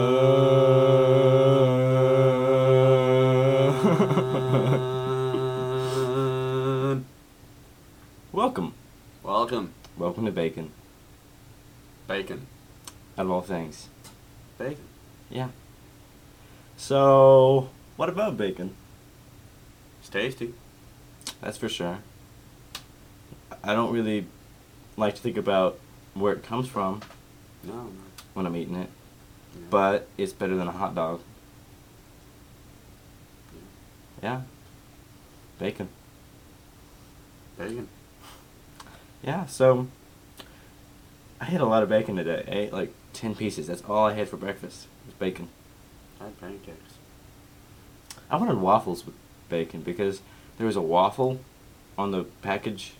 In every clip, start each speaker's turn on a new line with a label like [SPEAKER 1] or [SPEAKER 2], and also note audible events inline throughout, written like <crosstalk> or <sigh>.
[SPEAKER 1] Bacon. <laughs> Welcome.
[SPEAKER 2] Uh, Welcome,
[SPEAKER 1] Welcome to Bacon.
[SPEAKER 2] bacon,
[SPEAKER 1] Out of all things.
[SPEAKER 2] bacon.
[SPEAKER 1] Yeah. So, what about bacon?
[SPEAKER 2] It's tasty.
[SPEAKER 1] That's for sure. I don't really like to think about where it comes from
[SPEAKER 2] No, no.
[SPEAKER 1] when I'm eating it,
[SPEAKER 2] Yeah.
[SPEAKER 1] but it's better than a hot dog. Yeah. Bacon.
[SPEAKER 2] bacon.
[SPEAKER 1] Yeah, so I had a lot of bacon today. I ate like 10 pieces. That's all I had for breakfast was bacon.
[SPEAKER 2] I had pancakes.
[SPEAKER 1] I wanted waffles with bacon because there was a waffle on the package.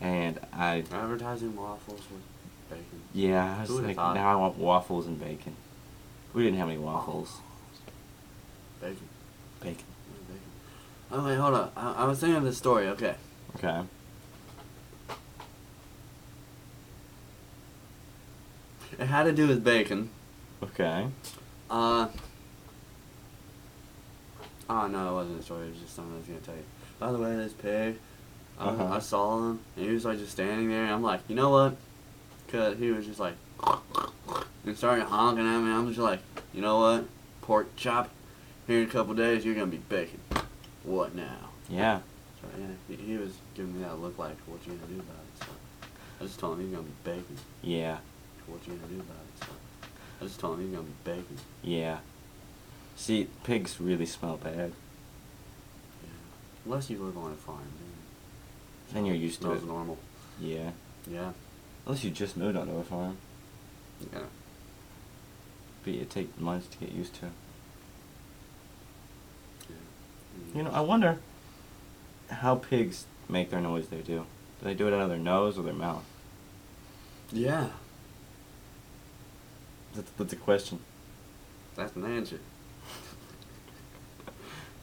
[SPEAKER 1] And I,
[SPEAKER 2] Advertising waffles with bacon.
[SPEAKER 1] yeah, I was
[SPEAKER 2] Who would've
[SPEAKER 1] like,
[SPEAKER 2] thought?
[SPEAKER 1] now I want waffles and bacon. We didn't have any waffles.
[SPEAKER 2] Bacon.
[SPEAKER 1] Bacon.
[SPEAKER 2] bacon. Okay, hold on. I, I was thinking of this story. Okay.
[SPEAKER 1] Okay.
[SPEAKER 2] It had to do with bacon.
[SPEAKER 1] Okay.
[SPEAKER 2] Uh. Oh, no, it wasn't a story. It was just something I was going to tell you. By the way, this pig, I,
[SPEAKER 1] Uh-huh.
[SPEAKER 2] I saw him, and he was like just standing there, and I'm like, you know what? Because he was just like, and started honking at me. I'm just like, you know what? Pork chop. Here in a couple days, you're going to be bacon. What now?
[SPEAKER 1] Yeah.
[SPEAKER 2] So, yeah, he, he was giving me that look like, what you going to do about it? So, I just told him he's going to be bacon.
[SPEAKER 1] Yeah.
[SPEAKER 2] What you going to do about it? So, I just told him he's going to be bacon.
[SPEAKER 1] Yeah. See, pigs really smell bad.
[SPEAKER 2] Yeah. Unless you live on a farm, then
[SPEAKER 1] Then you're used to
[SPEAKER 2] smells
[SPEAKER 1] it.
[SPEAKER 2] normal.
[SPEAKER 1] Yeah.
[SPEAKER 2] Yeah.
[SPEAKER 1] Unless you just moved onto a farm.
[SPEAKER 2] Yeah.
[SPEAKER 1] But it takes months to get used to.
[SPEAKER 2] yeah.
[SPEAKER 1] You know, I wonder how pigs make their noise they do. Do they do it out of their nose or their mouth?
[SPEAKER 2] Yeah.
[SPEAKER 1] That's, that's a question.
[SPEAKER 2] That's an answer. <laughs>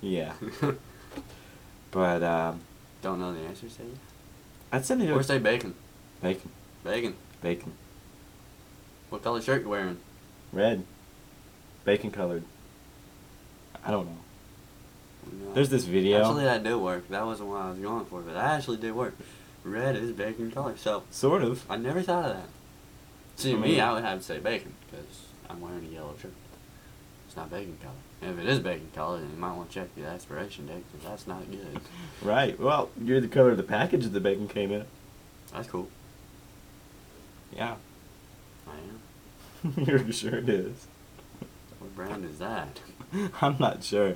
[SPEAKER 1] Yeah. But um,
[SPEAKER 2] Don't know the answer, say
[SPEAKER 1] I'd say they
[SPEAKER 2] you.
[SPEAKER 1] do
[SPEAKER 2] Or
[SPEAKER 1] it.
[SPEAKER 2] say bacon.
[SPEAKER 1] Bacon.
[SPEAKER 2] Bacon.
[SPEAKER 1] Bacon.
[SPEAKER 2] What color shirt you wearing?
[SPEAKER 1] Red. Bacon colored. I don't know.
[SPEAKER 2] No.
[SPEAKER 1] There's this video.
[SPEAKER 2] Actually, that did work. That wasn't what I was going for, but that actually did work. Red is bacon color, so
[SPEAKER 1] Sort of.
[SPEAKER 2] I never thought of that. See,
[SPEAKER 1] I
[SPEAKER 2] me,
[SPEAKER 1] mean-
[SPEAKER 2] I would have to say bacon because I'm wearing a yellow shirt. It's not bacon color. And if it is bacon color, then you might want to check the expiration date because that's not good.
[SPEAKER 1] Right. Well, you're the color of the package that the bacon came in.
[SPEAKER 2] That's cool.
[SPEAKER 1] Yeah.
[SPEAKER 2] I am.
[SPEAKER 1] <laughs> you're sure it is. <laughs>
[SPEAKER 2] What brand is that?
[SPEAKER 1] I'm not sure.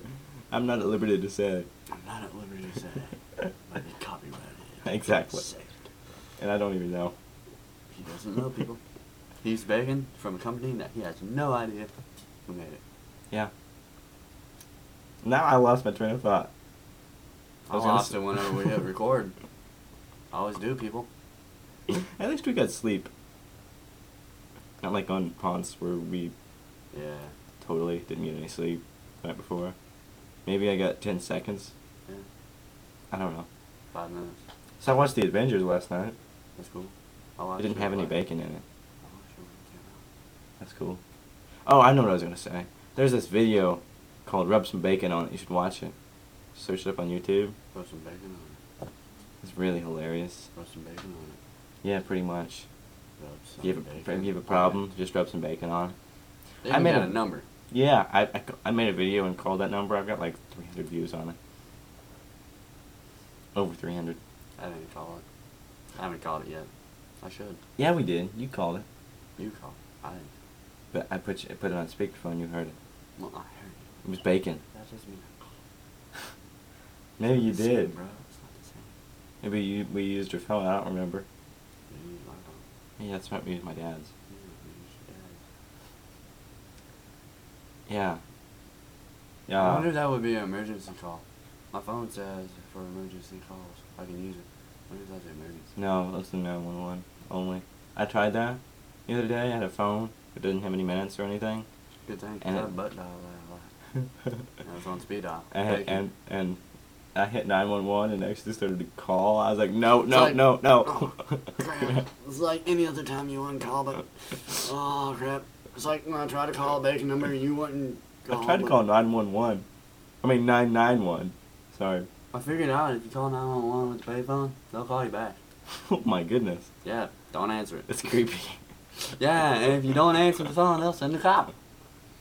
[SPEAKER 1] I'm not at liberty to say.
[SPEAKER 2] I'm not at liberty to say. Might be copyrighted.
[SPEAKER 1] <laughs> Exactly.
[SPEAKER 2] Saved.
[SPEAKER 1] And I don't even know.
[SPEAKER 2] He doesn't know people. He's begging from a company that he has no idea who made it.
[SPEAKER 1] Yeah. Now I lost my train of thought. I
[SPEAKER 2] I
[SPEAKER 1] was gonna
[SPEAKER 2] lost
[SPEAKER 1] say-
[SPEAKER 2] it whenever we hit
[SPEAKER 1] <laughs>
[SPEAKER 2] record. I always do, people.
[SPEAKER 1] At least we got sleep. Not like on Ponce where we
[SPEAKER 2] Yeah.
[SPEAKER 1] totally didn't get any sleep the night before. Maybe I got 10 seconds.
[SPEAKER 2] Yeah.
[SPEAKER 1] I don't know.
[SPEAKER 2] Five minutes.
[SPEAKER 1] So I watched The Avengers last night.
[SPEAKER 2] That's cool. I watched
[SPEAKER 1] It didn't have any
[SPEAKER 2] like-
[SPEAKER 1] bacon in it.
[SPEAKER 2] I watched it when it came out.
[SPEAKER 1] That's cool. Oh, I know what I was going to say. There's this video called Rub Some Bacon On It. You should watch it. Search it up on YouTube.
[SPEAKER 2] Put some bacon on
[SPEAKER 1] It's really hilarious.
[SPEAKER 2] it. Put some bacon on it.
[SPEAKER 1] Yeah, pretty much.
[SPEAKER 2] Rub some
[SPEAKER 1] If you have a,
[SPEAKER 2] bacon
[SPEAKER 1] if you have
[SPEAKER 2] on
[SPEAKER 1] a
[SPEAKER 2] it.
[SPEAKER 1] problem, just rub some bacon on it.
[SPEAKER 2] They
[SPEAKER 1] I
[SPEAKER 2] even
[SPEAKER 1] made
[SPEAKER 2] got
[SPEAKER 1] a-
[SPEAKER 2] a number.
[SPEAKER 1] Yeah, I, I, I made a video and called that number. I've got like 300 views on it. Over 300.
[SPEAKER 2] I didn't call it. I haven't called it yet. I should.
[SPEAKER 1] Yeah, we did. You called it.
[SPEAKER 2] You call. I didn't.
[SPEAKER 1] But I put you, I put it on speakerphone. You heard it. <laughs>
[SPEAKER 2] Well, I heard you.
[SPEAKER 1] It was bacon.
[SPEAKER 2] That doesn't mean I called.
[SPEAKER 1] Maybe you
[SPEAKER 2] It's not the same,
[SPEAKER 1] did.
[SPEAKER 2] bro. It's not the same.
[SPEAKER 1] Maybe you, we used your phone. I don't remember.
[SPEAKER 2] You use my phone.
[SPEAKER 1] Yeah, that's might be my dad's.
[SPEAKER 2] You use your
[SPEAKER 1] Yeah.
[SPEAKER 2] dad's. I
[SPEAKER 1] Yeah.
[SPEAKER 2] wonder if that would be an emergency call. My phone says for emergency calls. I can use it. What if that's an emergency?
[SPEAKER 1] No, that's the 911 only. I tried that the other day. I had a phone. It didn't have any minutes or anything.
[SPEAKER 2] Good thing. 'cause
[SPEAKER 1] And
[SPEAKER 2] I
[SPEAKER 1] it-
[SPEAKER 2] had butt dial that a lot. And I was on speed dial.
[SPEAKER 1] and,
[SPEAKER 2] Bacon.
[SPEAKER 1] and and I hit 911 and actually started to call. I was like, no, Oh, no,
[SPEAKER 2] like-
[SPEAKER 1] no, no.
[SPEAKER 2] Oh,
[SPEAKER 1] <laughs>
[SPEAKER 2] crap. It's like any other time you want to call, but. Oh, crap. It's like when I tried to call a bacon number, you wouldn't call.
[SPEAKER 1] I tried to
[SPEAKER 2] but-
[SPEAKER 1] call 911. I mean, 991. Sorry. <laughs>
[SPEAKER 2] I figured out if you call 911 with the payphone, they'll call you back.
[SPEAKER 1] Oh my goodness.
[SPEAKER 2] Yeah, don't answer
[SPEAKER 1] <laughs>
[SPEAKER 2] it.
[SPEAKER 1] That's creepy.
[SPEAKER 2] Yeah, and if you don't answer the phone, they'll send a cop.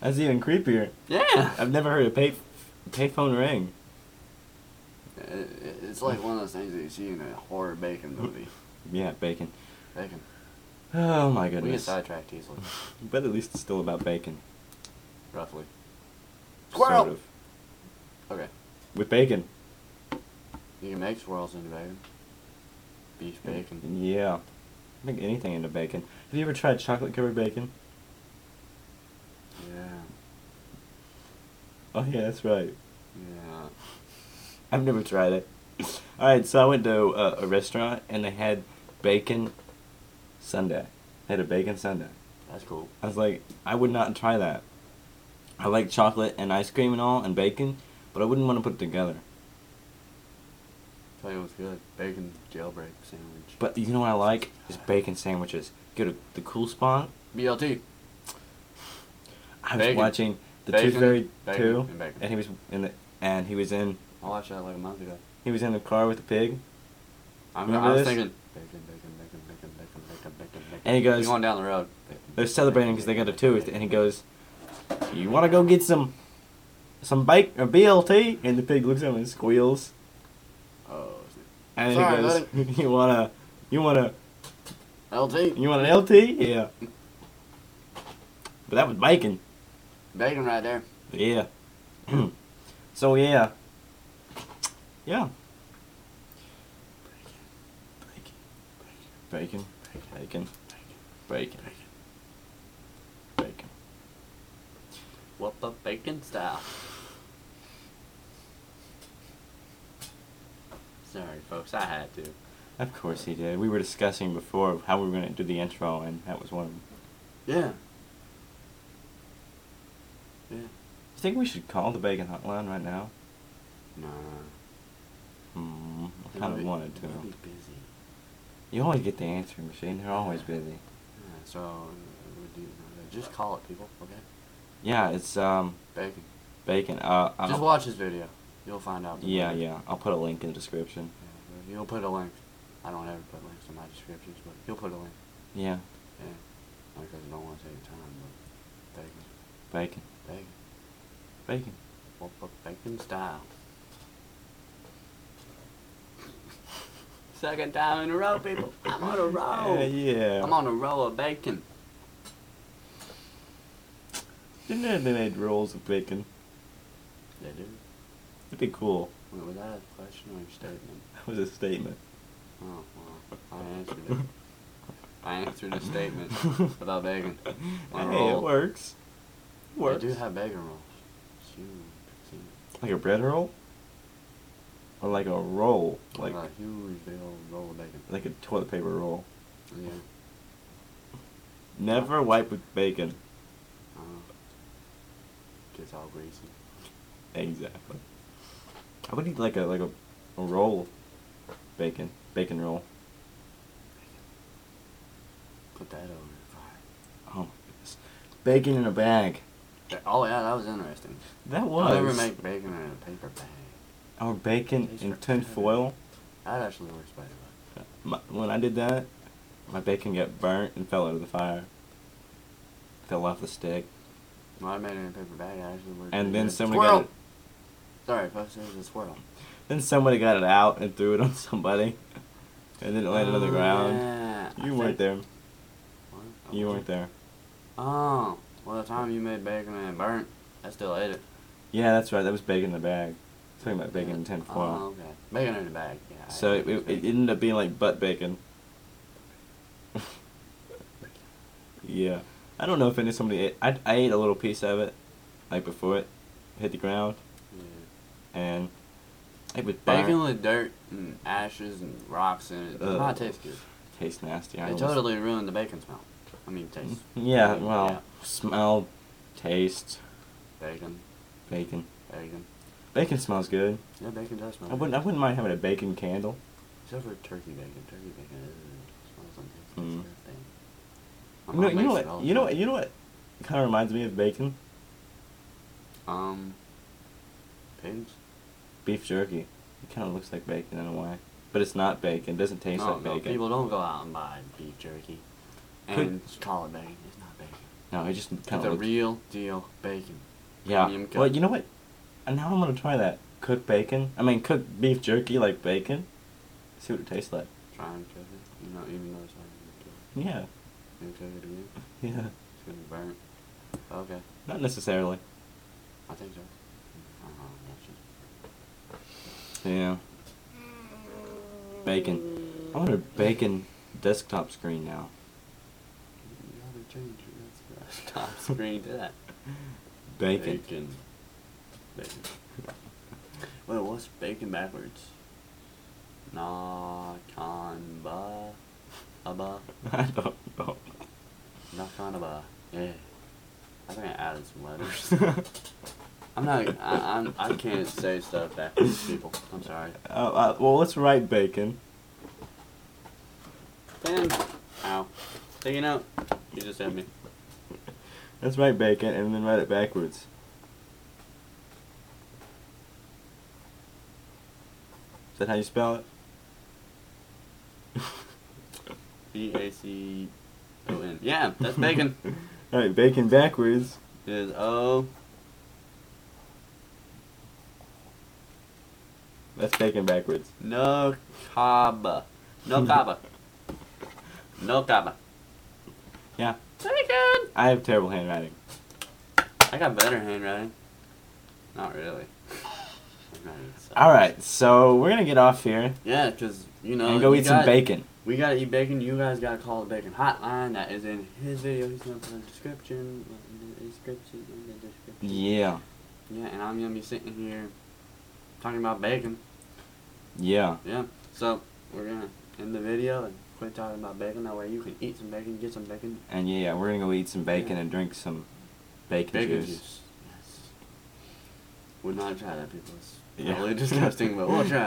[SPEAKER 1] That's even creepier. <laughs>
[SPEAKER 2] Yeah. Uh,
[SPEAKER 1] I've never heard a pay payphone ring.
[SPEAKER 2] It- It's like one of those things that you see in a horror bacon movie.
[SPEAKER 1] Yeah, bacon.
[SPEAKER 2] Bacon.
[SPEAKER 1] Oh my
[SPEAKER 2] We get
[SPEAKER 1] goodness.
[SPEAKER 2] sidetracked easily,
[SPEAKER 1] But at least it's still about bacon.
[SPEAKER 2] <laughs> roughly.
[SPEAKER 1] Sort
[SPEAKER 2] Squirrel!
[SPEAKER 1] of.
[SPEAKER 2] Okay.
[SPEAKER 1] With bacon.
[SPEAKER 2] You can make swirls into bacon. Beef bacon.
[SPEAKER 1] Yeah. Make anything into bacon. Have you ever tried chocolate covered bacon?
[SPEAKER 2] Yeah.
[SPEAKER 1] Oh yeah, that's right.
[SPEAKER 2] Yeah.
[SPEAKER 1] I've never tried it. <laughs> All right, so I went to a, a restaurant and they had bacon sundae. They had a bacon sundae.
[SPEAKER 2] That's cool.
[SPEAKER 1] I was like, I would not try that. I like chocolate and ice cream and all and bacon, but I wouldn't want to put it together.
[SPEAKER 2] Tell you what's good. Bacon jailbreak sandwich.
[SPEAKER 1] But you know what I like is bacon sandwiches. Go to the cool spot.
[SPEAKER 2] BLT.
[SPEAKER 1] I was
[SPEAKER 2] Bacon.
[SPEAKER 1] watching the
[SPEAKER 2] Bacon,
[SPEAKER 1] Tooth Fairy
[SPEAKER 2] bacon,
[SPEAKER 1] two,
[SPEAKER 2] and bacon.
[SPEAKER 1] and he was in the and he was in
[SPEAKER 2] I watched that like a month ago.
[SPEAKER 1] he was in the car with the pig,
[SPEAKER 2] I'm,
[SPEAKER 1] Remember
[SPEAKER 2] I was
[SPEAKER 1] this?
[SPEAKER 2] thinking bacon, bacon, bacon, bacon, bacon, bacon, bacon, bacon.
[SPEAKER 1] And he goes-
[SPEAKER 2] You're going down the road.
[SPEAKER 1] They're celebrating because they got a tooth, and he goes, "You want to go get some, some bake or BLT?" And the pig looks at him and squeals,
[SPEAKER 2] Oh,
[SPEAKER 1] and
[SPEAKER 2] Sorry,
[SPEAKER 1] he goes, <laughs> "You wanna, you wanna,
[SPEAKER 2] LT.
[SPEAKER 1] you want an LT? Yeah." But that was bacon.
[SPEAKER 2] Bacon right there.
[SPEAKER 1] Yeah. <clears throat> so yeah. Yeah. Bacon. Bacon. Bacon. Bacon.
[SPEAKER 2] Whoop up bacon style. Sorry, folks, I had to.
[SPEAKER 1] Of course he did. We were discussing before how we were going to do the intro, and that was one. of them.
[SPEAKER 2] Yeah. Yeah.
[SPEAKER 1] You think we should call the bacon hotline right now?
[SPEAKER 2] Nah.
[SPEAKER 1] Hmm, I kind of
[SPEAKER 2] We'll be-
[SPEAKER 1] wanted to.
[SPEAKER 2] we'll be busy.
[SPEAKER 1] You always get the answering machine. They're always busy.
[SPEAKER 2] Yeah, so uh, we do. uh, Just call it, people. Okay.
[SPEAKER 1] Yeah, it's um
[SPEAKER 2] Bacon.
[SPEAKER 1] bacon. Uh, I'll-
[SPEAKER 2] Just watch this video. You'll find out. the
[SPEAKER 1] Yeah,
[SPEAKER 2] link.
[SPEAKER 1] yeah. I'll put a link in the description.
[SPEAKER 2] Yeah, You'll put a link. I don't ever put links in my descriptions, but you'll put a link.
[SPEAKER 1] Yeah,
[SPEAKER 2] Yeah. Because I don't want to take your time, but bacon,
[SPEAKER 1] bacon,
[SPEAKER 2] bacon,
[SPEAKER 1] bacon.
[SPEAKER 2] whoop up bacon style. Second time in a row, people. I'm on a roll.
[SPEAKER 1] Yeah, yeah.
[SPEAKER 2] I'm on a roll of bacon.
[SPEAKER 1] Didn't they- they made rolls of bacon?
[SPEAKER 2] They do.
[SPEAKER 1] It'd be cool. <laughs>
[SPEAKER 2] Wait, was that a question or a statement?
[SPEAKER 1] That was a statement.
[SPEAKER 2] Oh, well, I answered it. I answered a statement
[SPEAKER 1] <laughs>
[SPEAKER 2] about bacon. On
[SPEAKER 1] hey,
[SPEAKER 2] a roll.
[SPEAKER 1] it works. It
[SPEAKER 2] They
[SPEAKER 1] works.
[SPEAKER 2] do have bacon rolls. It's huge. It's huge.
[SPEAKER 1] like a bread roll, or like a roll, like
[SPEAKER 2] Like a huge big old roll of bacon.
[SPEAKER 1] like a toilet paper roll.
[SPEAKER 2] Yeah.
[SPEAKER 1] Never wipe with bacon.
[SPEAKER 2] Uh, gets all greasy.
[SPEAKER 1] Exactly. I would eat like a like a, a roll, bacon bacon roll.
[SPEAKER 2] Put that over the
[SPEAKER 1] Oh my goodness, bacon in a bag.
[SPEAKER 2] fire. Oh yeah, that was interesting.
[SPEAKER 1] That
[SPEAKER 2] I'll never
[SPEAKER 1] was
[SPEAKER 2] make bacon in a paper bag.
[SPEAKER 1] our bacon
[SPEAKER 2] These
[SPEAKER 1] in
[SPEAKER 2] are-
[SPEAKER 1] tin foil.
[SPEAKER 2] That actually works better. But
[SPEAKER 1] My, when I did that, my bacon got burnt and fell out of the fire. Fell off the stick,
[SPEAKER 2] when I made it in a paper bag, it actually worked.
[SPEAKER 1] and then somebody
[SPEAKER 2] somebody squirrel.
[SPEAKER 1] got it,
[SPEAKER 2] Sorry, folks, there's a squirrel.
[SPEAKER 1] then somebody got it out and threw it <laughs> on somebody, and then it landed on the
[SPEAKER 2] Oh,
[SPEAKER 1] ground.
[SPEAKER 2] yeah. I
[SPEAKER 1] You weren't
[SPEAKER 2] think-
[SPEAKER 1] there.
[SPEAKER 2] What? I
[SPEAKER 1] You weren't
[SPEAKER 2] wasn't-
[SPEAKER 1] there.
[SPEAKER 2] Oh, well, the time you made bacon and it burnt, I still ate it.
[SPEAKER 1] Yeah, that's right. That was bacon in the bag. Talking about bacon in tin
[SPEAKER 2] Oh,
[SPEAKER 1] foil.
[SPEAKER 2] okay. Bacon in a bag. Yeah. I
[SPEAKER 1] So
[SPEAKER 2] ate
[SPEAKER 1] it, it, it ended up being like butt bacon. <laughs> yeah, I don't know if any somebody ate. I I ate a little piece of it, like before it hit the ground,
[SPEAKER 2] Yeah.
[SPEAKER 1] and it was burnt.
[SPEAKER 2] Bacon with dirt and ashes and rocks in it does
[SPEAKER 1] Ugh.
[SPEAKER 2] not taste good.
[SPEAKER 1] Tastes nasty. I
[SPEAKER 2] It
[SPEAKER 1] almost-
[SPEAKER 2] totally ruined the bacon smell. I mean, taste.
[SPEAKER 1] Yeah.
[SPEAKER 2] I mean,
[SPEAKER 1] Well, smell, taste,
[SPEAKER 2] yeah. Bacon,
[SPEAKER 1] bacon.
[SPEAKER 2] bacon.
[SPEAKER 1] Bacon smells good.
[SPEAKER 2] Yeah, bacon does smell.
[SPEAKER 1] I wouldn't. I wouldn't mind having a bacon candle.
[SPEAKER 2] Except for turkey bacon. Turkey bacon ugh, smells like it's
[SPEAKER 1] Mm.
[SPEAKER 2] disgusting. My
[SPEAKER 1] You know,
[SPEAKER 2] mom
[SPEAKER 1] you know
[SPEAKER 2] makes it all
[SPEAKER 1] what?
[SPEAKER 2] the
[SPEAKER 1] You know
[SPEAKER 2] time.
[SPEAKER 1] what? You know what? Kind of reminds me of bacon,
[SPEAKER 2] Um, pigs.
[SPEAKER 1] beef jerky. It kind of looks like bacon in a way, but it's not bacon. It doesn't taste
[SPEAKER 2] no,
[SPEAKER 1] like
[SPEAKER 2] no,
[SPEAKER 1] bacon.
[SPEAKER 2] people don't go out and buy beef jerky
[SPEAKER 1] Could-
[SPEAKER 2] and call it bacon. It's not bacon.
[SPEAKER 1] no, it just kind
[SPEAKER 2] It's a
[SPEAKER 1] of looks.
[SPEAKER 2] real deal bacon.
[SPEAKER 1] yeah.
[SPEAKER 2] premium cut.
[SPEAKER 1] Well, you know what? And now I'm gonna try that. Cook bacon. I mean, cook beef jerky like bacon. See what it tastes like.
[SPEAKER 2] Try and cook it. You know, even though it's not
[SPEAKER 1] Yeah. <laughs>
[SPEAKER 2] even cooked. You cook it again.
[SPEAKER 1] Yeah.
[SPEAKER 2] It's gonna be burnt. Okay,
[SPEAKER 1] Not necessarily.
[SPEAKER 2] I think so. I don't know, I'm not sure.
[SPEAKER 1] Yeah. Bacon. I want a bacon desktop screen now. <laughs>
[SPEAKER 2] You haven't changed your <laughs> that's right. Top screen to that.
[SPEAKER 1] Bacon.
[SPEAKER 2] Bacon. Bacon. Wait, what's bacon backwards? Nakanba. Aba.
[SPEAKER 1] I don't know.
[SPEAKER 2] Nakanaba. Yeah. I think I added some
[SPEAKER 1] <laughs>
[SPEAKER 2] letters. <laughs> I'm not. I, I'm. I can't say stuff backwards, people. I'm sorry.
[SPEAKER 1] Uh, uh, well, let's write bacon.
[SPEAKER 2] Then. Ow. Take it out. You just hit me.
[SPEAKER 1] Let's write bacon and then write it backwards. Is that how you spell it?
[SPEAKER 2] B A C O N. Yeah, that's
[SPEAKER 1] <laughs>
[SPEAKER 2] bacon.
[SPEAKER 1] All right, bacon backwards.
[SPEAKER 2] is O.
[SPEAKER 1] That's bacon backwards.
[SPEAKER 2] No kaba. No kaba.
[SPEAKER 1] <laughs>
[SPEAKER 2] No kaba.
[SPEAKER 1] Yeah.
[SPEAKER 2] Bacon!
[SPEAKER 1] I have terrible handwriting.
[SPEAKER 2] I got better handwriting. Not really. I'm not even sorry.
[SPEAKER 1] All right, so we're gonna get off here
[SPEAKER 2] Yeah, because, you know.
[SPEAKER 1] and go
[SPEAKER 2] you
[SPEAKER 1] eat some
[SPEAKER 2] got-
[SPEAKER 1] bacon.
[SPEAKER 2] We gotta eat bacon. You guys gotta call the bacon hotline. That is in his video. He's gonna put in the description. In the description. In the description.
[SPEAKER 1] Yeah.
[SPEAKER 2] Yeah, and I'm gonna be sitting here talking about bacon.
[SPEAKER 1] Yeah.
[SPEAKER 2] Yeah. So, we're gonna end the video and quit talking about bacon. That way you can eat some bacon, get some bacon,
[SPEAKER 1] And yeah, we're gonna go eat some bacon
[SPEAKER 2] Yeah.
[SPEAKER 1] and drink some bacon,
[SPEAKER 2] Bacon
[SPEAKER 1] juice.
[SPEAKER 2] juice. Yes. Would not try that, people. It's
[SPEAKER 1] Yeah. <laughs>
[SPEAKER 2] really disgusting, but we'll try.